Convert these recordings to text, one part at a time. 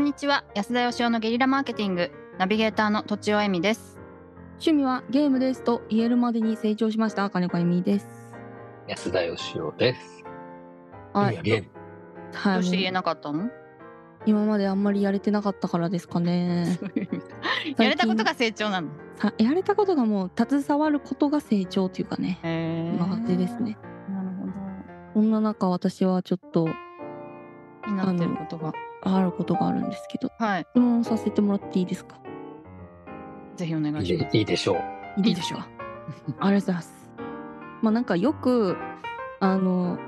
にちは安田義生のゲリラマーケティングナビゲーターの土地尾恵美です趣味はゲームですと言えるまでに成長しました金子由美です。安田義雄です。はやい、ゲームはどうい、して言えもうなかった の今まであんまりやれてなかったからですかね。やれたことが成長なのさやれたことがもう携わることが成長というかね、へ今感じですね。なるほどそんな中私はちょっと気になってることがあることがあるんですけど、はい質問させてもらっていいですか。ぜひお願いいしいまですいいでしょう。いいでしょうありがとうございます。まあなんかよくあの、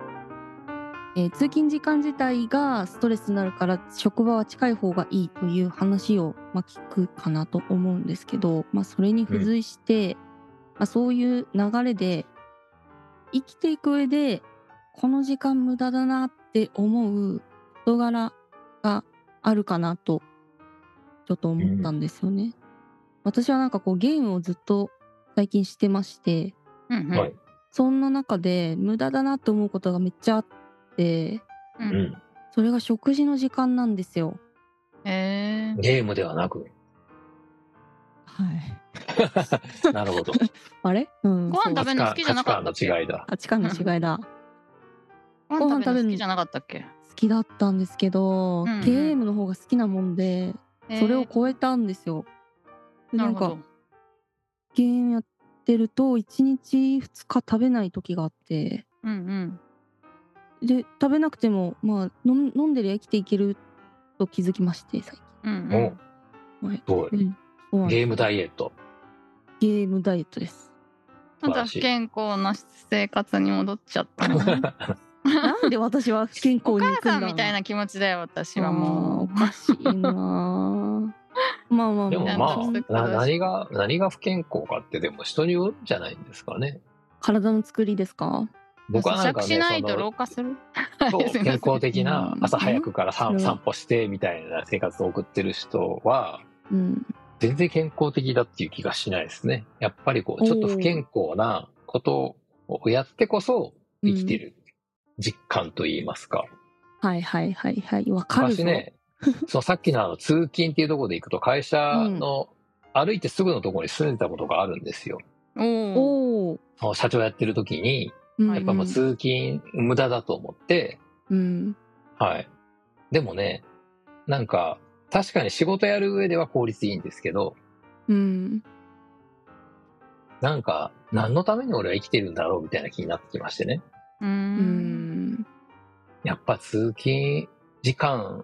えー通勤時間自体がストレスになるから職場は近い方がいいという話を、まあ、聞くかなと思うんですけど、まあ、それに付随して、まあ、そういう流れで生きていく上でこの時間無駄だなって思う事柄があるかなとちょっと思ったんですよね。私はなんかこうゲームをずっと最近してましてうんうんはい。そんな中で無駄だなと思うことがめっちゃあってううんん。それが食事の時間なんですよ。へーゲームではなく。はい、なる ほど。あれ、うん、ご飯食べるの価好き値じゃ観な価値かったっ観のけ違いだ。価値観の違いだご飯食べるの好きじゃなかったっけ好きだったんですけど、うんうんゲームの方が好きなもんでそれを超えたんですよ。えーでなるなんほかどゲームやってると1日2日食べない時があってうんうんで食べなくてもまあ飲ん飲んでりゃ生きていけると気づきまして最近。うんうおはいすごい。そうなんですゲームダイエット。ゲームダイエットです。ん。なんか不健康な生活に戻っちゃ ったのねなんで私は不健康おに行くんだ母さんみたいな気持ちだよ私はあーおもかしいなあ。まあまあでもなんまかそういうこあ、となです何が、何が不健康かって、でも人によるんじゃないんですかね。体の作りですうか。僕はなんか咀嚼しね、ないそとの老化するそ うすいません健康的なうん朝早くからう散ん散歩してみたいな生活を送ってる人は、うん。全然健康的だっていう気がしないですね。やっぱりこう、ちょっと不健康なことをやってこそ生きてる実感といいますか。はいはいはいはい。わかる昔ぞ。 ね、そうさっきのあの通勤っていうところで行くと、会社の歩いてすぐのところに住んでたことがあるんですよ。おおおお。その社長やってる時に、うんやっぱもう通勤無駄だと思って、うん。はい。でもね、なんか、確かに仕事やる上では効率いいんですけど、うん。なんか、何のために俺は生きてるんだろうみたいな気になってきましてね。ううんん。やっぱ通勤時間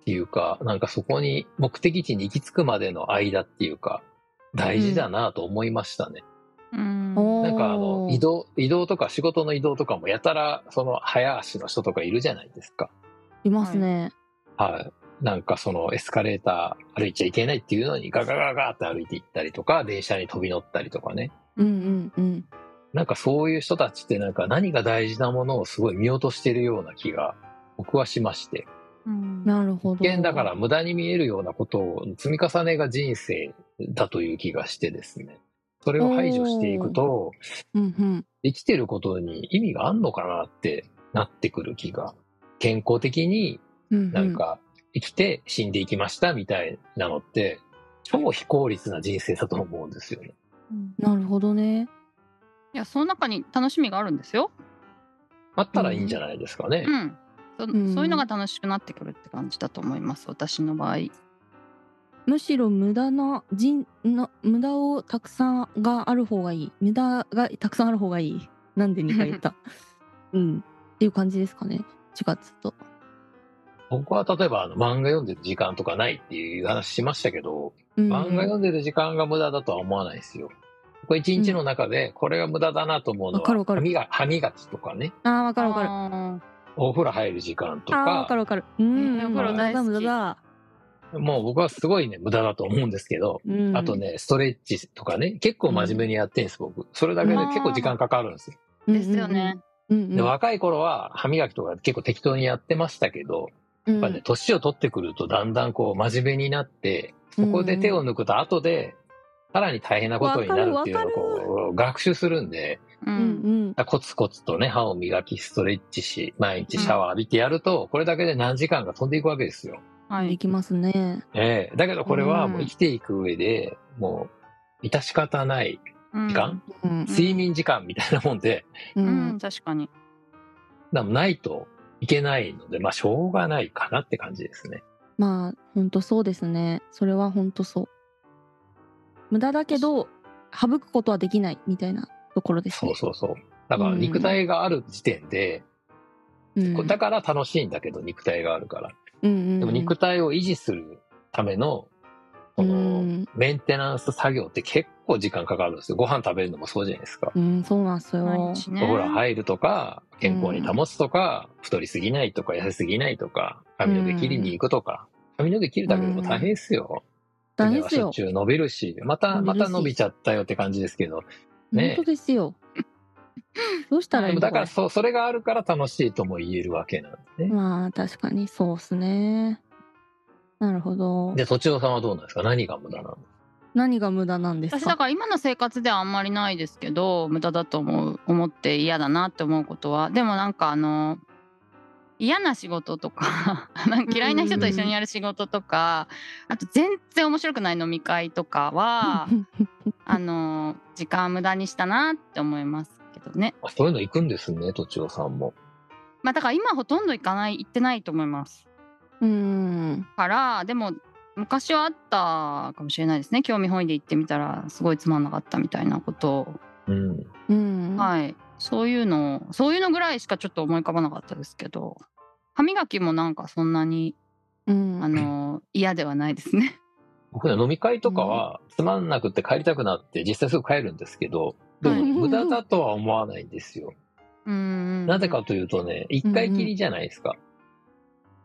っていうか、なんかそこに目的地に行き着くまでの間っていうか、大事だなと思いましたね。うんおーなんかあの、移動、移動とか仕事の移動とかもやたら、その早足の人とかいるじゃないですか。いますね。はい。なんかそのエスカレーター歩いちゃいけないっていうのにガガガガって歩いていったりとか、電車に飛び乗ったりとかね。うんうんうん。なんかそういう人たちってなんか何が大事なものをすごい見落としてるような気が僕はしまして。うんなるほど。危険だから。無駄に見えるようなことを積み重ねが人生だという気がしてですね。それを排除していくと、うんうん。生きてることに意味があんのかなってなってくる気が。健康的にうんうん。なんか生きて死んでいきましたみたいなのって、超非効率な人生だと思うんですよね。なるほどね。いやその中に楽しみがあるんですよあったらいいんじゃないですかね。うんそんそういうのが楽しくなってくるって感じだと思います私の場合むしろ無駄な人の無駄をたくさんがある方がいい無駄がたくさんある方がいいなんで2回言 ったうんっていう感じですかね4月と僕は例えばあの漫画読んでる時間とかないっていう話しましたけど、うん漫画読んでる時間が無駄だとは思わないですよ。これ一日の中でこれが無駄だなと思うのわかるはわかる歯磨歯磨きとかね、あーわかるわかるあお風呂入る時間とあーわかか、るわかるうんねうんお風呂無大駄好だき無駄だもう僕はすごいね、無駄だと思うんですけど、うんあとね、ストレッチとかね、結構真面目にやってるんです、僕。それだけで結構時間かかるんですよーですよねうんうんで若い頃は歯磨きとか結構適当にやってましたけど、うやっぱね、年を取ってくるとだんだんこう真面目になって、そこで手を抜くと後で、さらに大変なことになるっていうのをこう学習するんで、うんうんうんコツコツとね、歯を磨き、ストレッチし、毎日シャワー浴びてやると、これだけで何時間が飛んでいくわけですよ。はでい。きますね。ええだけどこれはうんもう生きていく上で、もう、致し方ないうん時間、うん睡眠時間みたいなもんで、ううん、ん確かに。なないといけないので、まあ、しょうがないかなって感じですね。まあ本当そうですね。それは本当そう。無駄だけど省くことはできないみたいなところですそねう。そうそう。だからうん肉体がある時点で、うんこだから楽しいんだけど、肉体があるから。うんうんうんでも肉体を維持するための、うこのん、メンテナンス作業って結構時間かかるんですよ。ご飯食べるのもそうじゃないですか。うん、そうなんですよ毎。日ね。お風呂入るとか、健康に保つとか、太りすぎないとか、痩せすぎないとか、髪の毛切りに行くとか、髪の毛切るだけでも大変ですよ。大腕変ですはしょっよ。ちゅう伸びるし、ま伸た、びまるした伸びちゃったよって感じですけど、ね本当です よ。どうしたらいでいのもだかかららそ、それがあるから楽しいとも言えるわけなんですね。まあ確かにそうっすね。なるほど。で、とちおさんはどうなんですか何が無駄なの何が無駄なんです私だかから今の生活ではあんまりないですけど無駄だと思う思って嫌だなって思うことはでもなんかあの嫌な仕事とか なんか嫌いな人と一緒にやる仕事とかあと全然面白くない飲み会とか はあの時間無駄にしたなって思いますけどねあそういうの行くんですね、とちおさんも。まあだから今ほとんど行かない行ってないと思いますうん。からでも昔はあったかもしれないですね興味本位で行ってみたらすごいつまんなかったみたいなことをうん。うん。はい、そういうのそういうのぐらいしかちょっと思い浮かばなかったですけど歯磨きもなんかそんなにうんあの嫌ではないですね。僕ね、飲み会とかは、つまんなくって帰りたくなって、実際すぐ帰るんですけど、でもはい無駄だとは思わないんですよ。うんなぜかというとね、一回きりじゃないですか。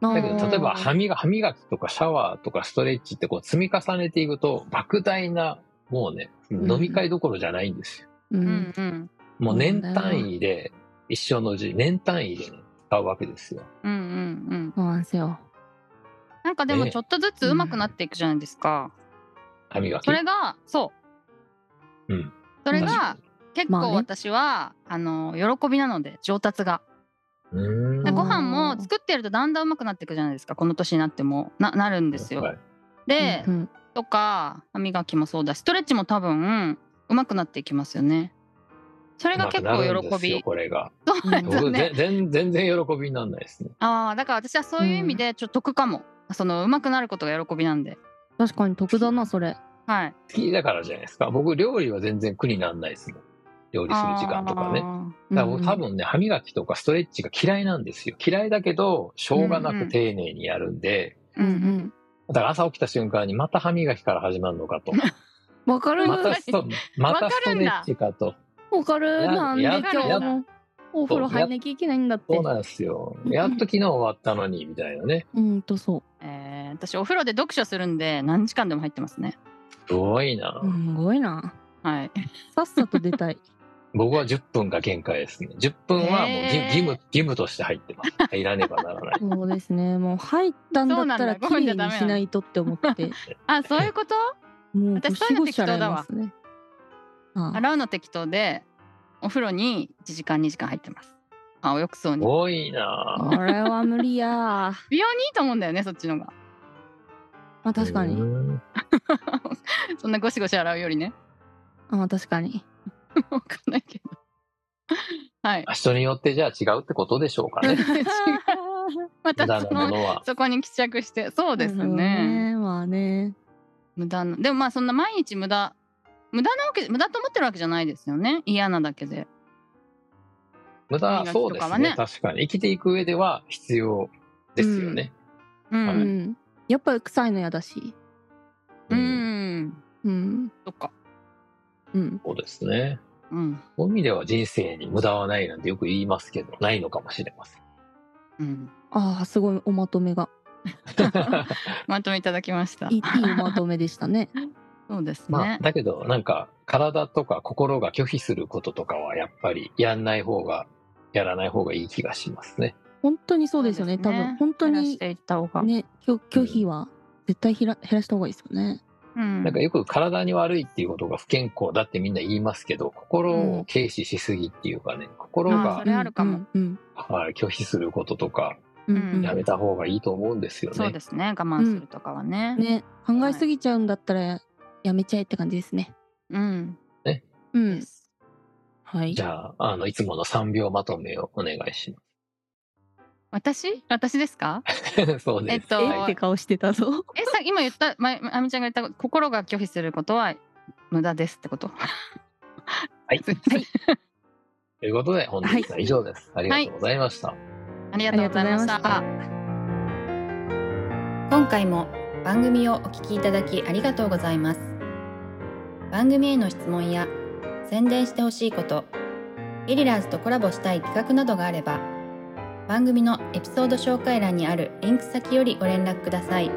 だけうんど、例えば歯磨歯磨きとかシャワーとかストレッチってこう積み重ねていくと、莫大な、もうね、ん飲み会どころじゃないんですよ。う。うんんもう年単位で、一生のうち、年単位でね、使うわけですよ。うんうんうんそうなんですよ。なんかでねもえちょっとずつ上手くなっていくじゃないですか。歯磨き。それがそう、うんそれが結まあ構ね私は、あの喜びなので上達がうーんであご飯も作ってるとだんだん上手くなっていくじゃないですかこの年になってもななるんですよ。はいで、うんとか歯磨きもそうだしストレッチも多分うまくなっていきますよねそれが結構うまくなるんで喜すよびこれが。そうなんですよ僕、ねぜ全全然喜びにならないですね。ああだから私はそういう意味でちょっと得かも、そのうまくなることが喜びなんで確かに得だな、それ。はい好きだからじゃないですか。僕、料理は全然苦にならないですもん。料理する時間とかね。だからうん僕多分ね、歯磨きとかストレッチが嫌いなんですよ。嫌いだけど、しょうがなく丁寧にやるんで、あーうんだから朝起きた瞬間にまた歯磨きから始まるのかと。わかるまたスト、またわかストるんレだッチかと。わかるやなんで今や日もお風呂入んなきゃいけないんだってそう。なんですよ。やっと昨日終わったのに、みたいなね。うんとそうんえー私お風呂で読書するんで何時間でも入ってますねすごいなう。。すごいな。 はいさっさと出 たい。僕は10分が限界ですね。10分はもう義へー義務、義務として入ってます。入らねばならない。そうですね。もう入ったんだったらそうなんだ綺麗にしないとって思って、あそういうこともう私ゴシゴシ洗いますね。あ洗うの適当でお風呂に1時間2時間入ってますあおよくそうすにごいな。これは無理や。美容にいいと思うんだよねそっちのが まあ確かうに。んそんなゴシゴシ洗うよりね あ確かに。わかんないけどはい人によってじゃあ違うってことでしょうかね。ま無た 駄そなもののは。そこに帰着してそうですね。まあね。無駄なでもまあそんな毎日無駄無駄なわけ無駄と思ってるわけじゃないですよね嫌なだけで無歯駄、磨きそうでとかすはねね確かに。生きていく上では必要ですよね。うん、はういん。やっぱり臭いの嫌だし。ううんんうん。そっかうん。そうですね。うんそういう意味では人生に無駄はないなんてよく言いますけど、ないのかもしれません。うんああすごいおまとめが まとめいただきましたいいいいおまとめでしたね。そうです まあ、ね、だけど、なんか、体とか心が拒否することとかは、やっぱり、やんない方が、やらない方がいい気がしますね。本当にそうですよね。多分本当減らしにていった方が、ね拒拒否は絶対ひら減らした方がいいですよね。うんなんかよく体に悪いっていうことが不健康だってみんな言いますけど、心を軽視しすぎっていうかね、心あーがそれあるかもうん。うんはい拒否することとか、うんうんやめた方がいいと思うんですよね。そうですね我慢するとかはね。ね考えすぎちゃうんだったらやめちゃえって感じですね。うん、うでん。すはいじ。ゃあ、あの、いつもの3秒まとめをお願いしま私私です かす。そうです。えっとえって顔してたぞ。えさ今言ったまあみちゃんが言った心が拒否することは無駄ですってことはい。ということで、本日は以上です。ありがとうございました。ありがとうございましありがとたうござい。今回も番組をお聞きいただきありがとうございます番組への質問や宣伝してほしいことゲリラーズとコラボしたい企画などがあれば番組のエピソード紹介欄にあるリンク先よりご連絡ください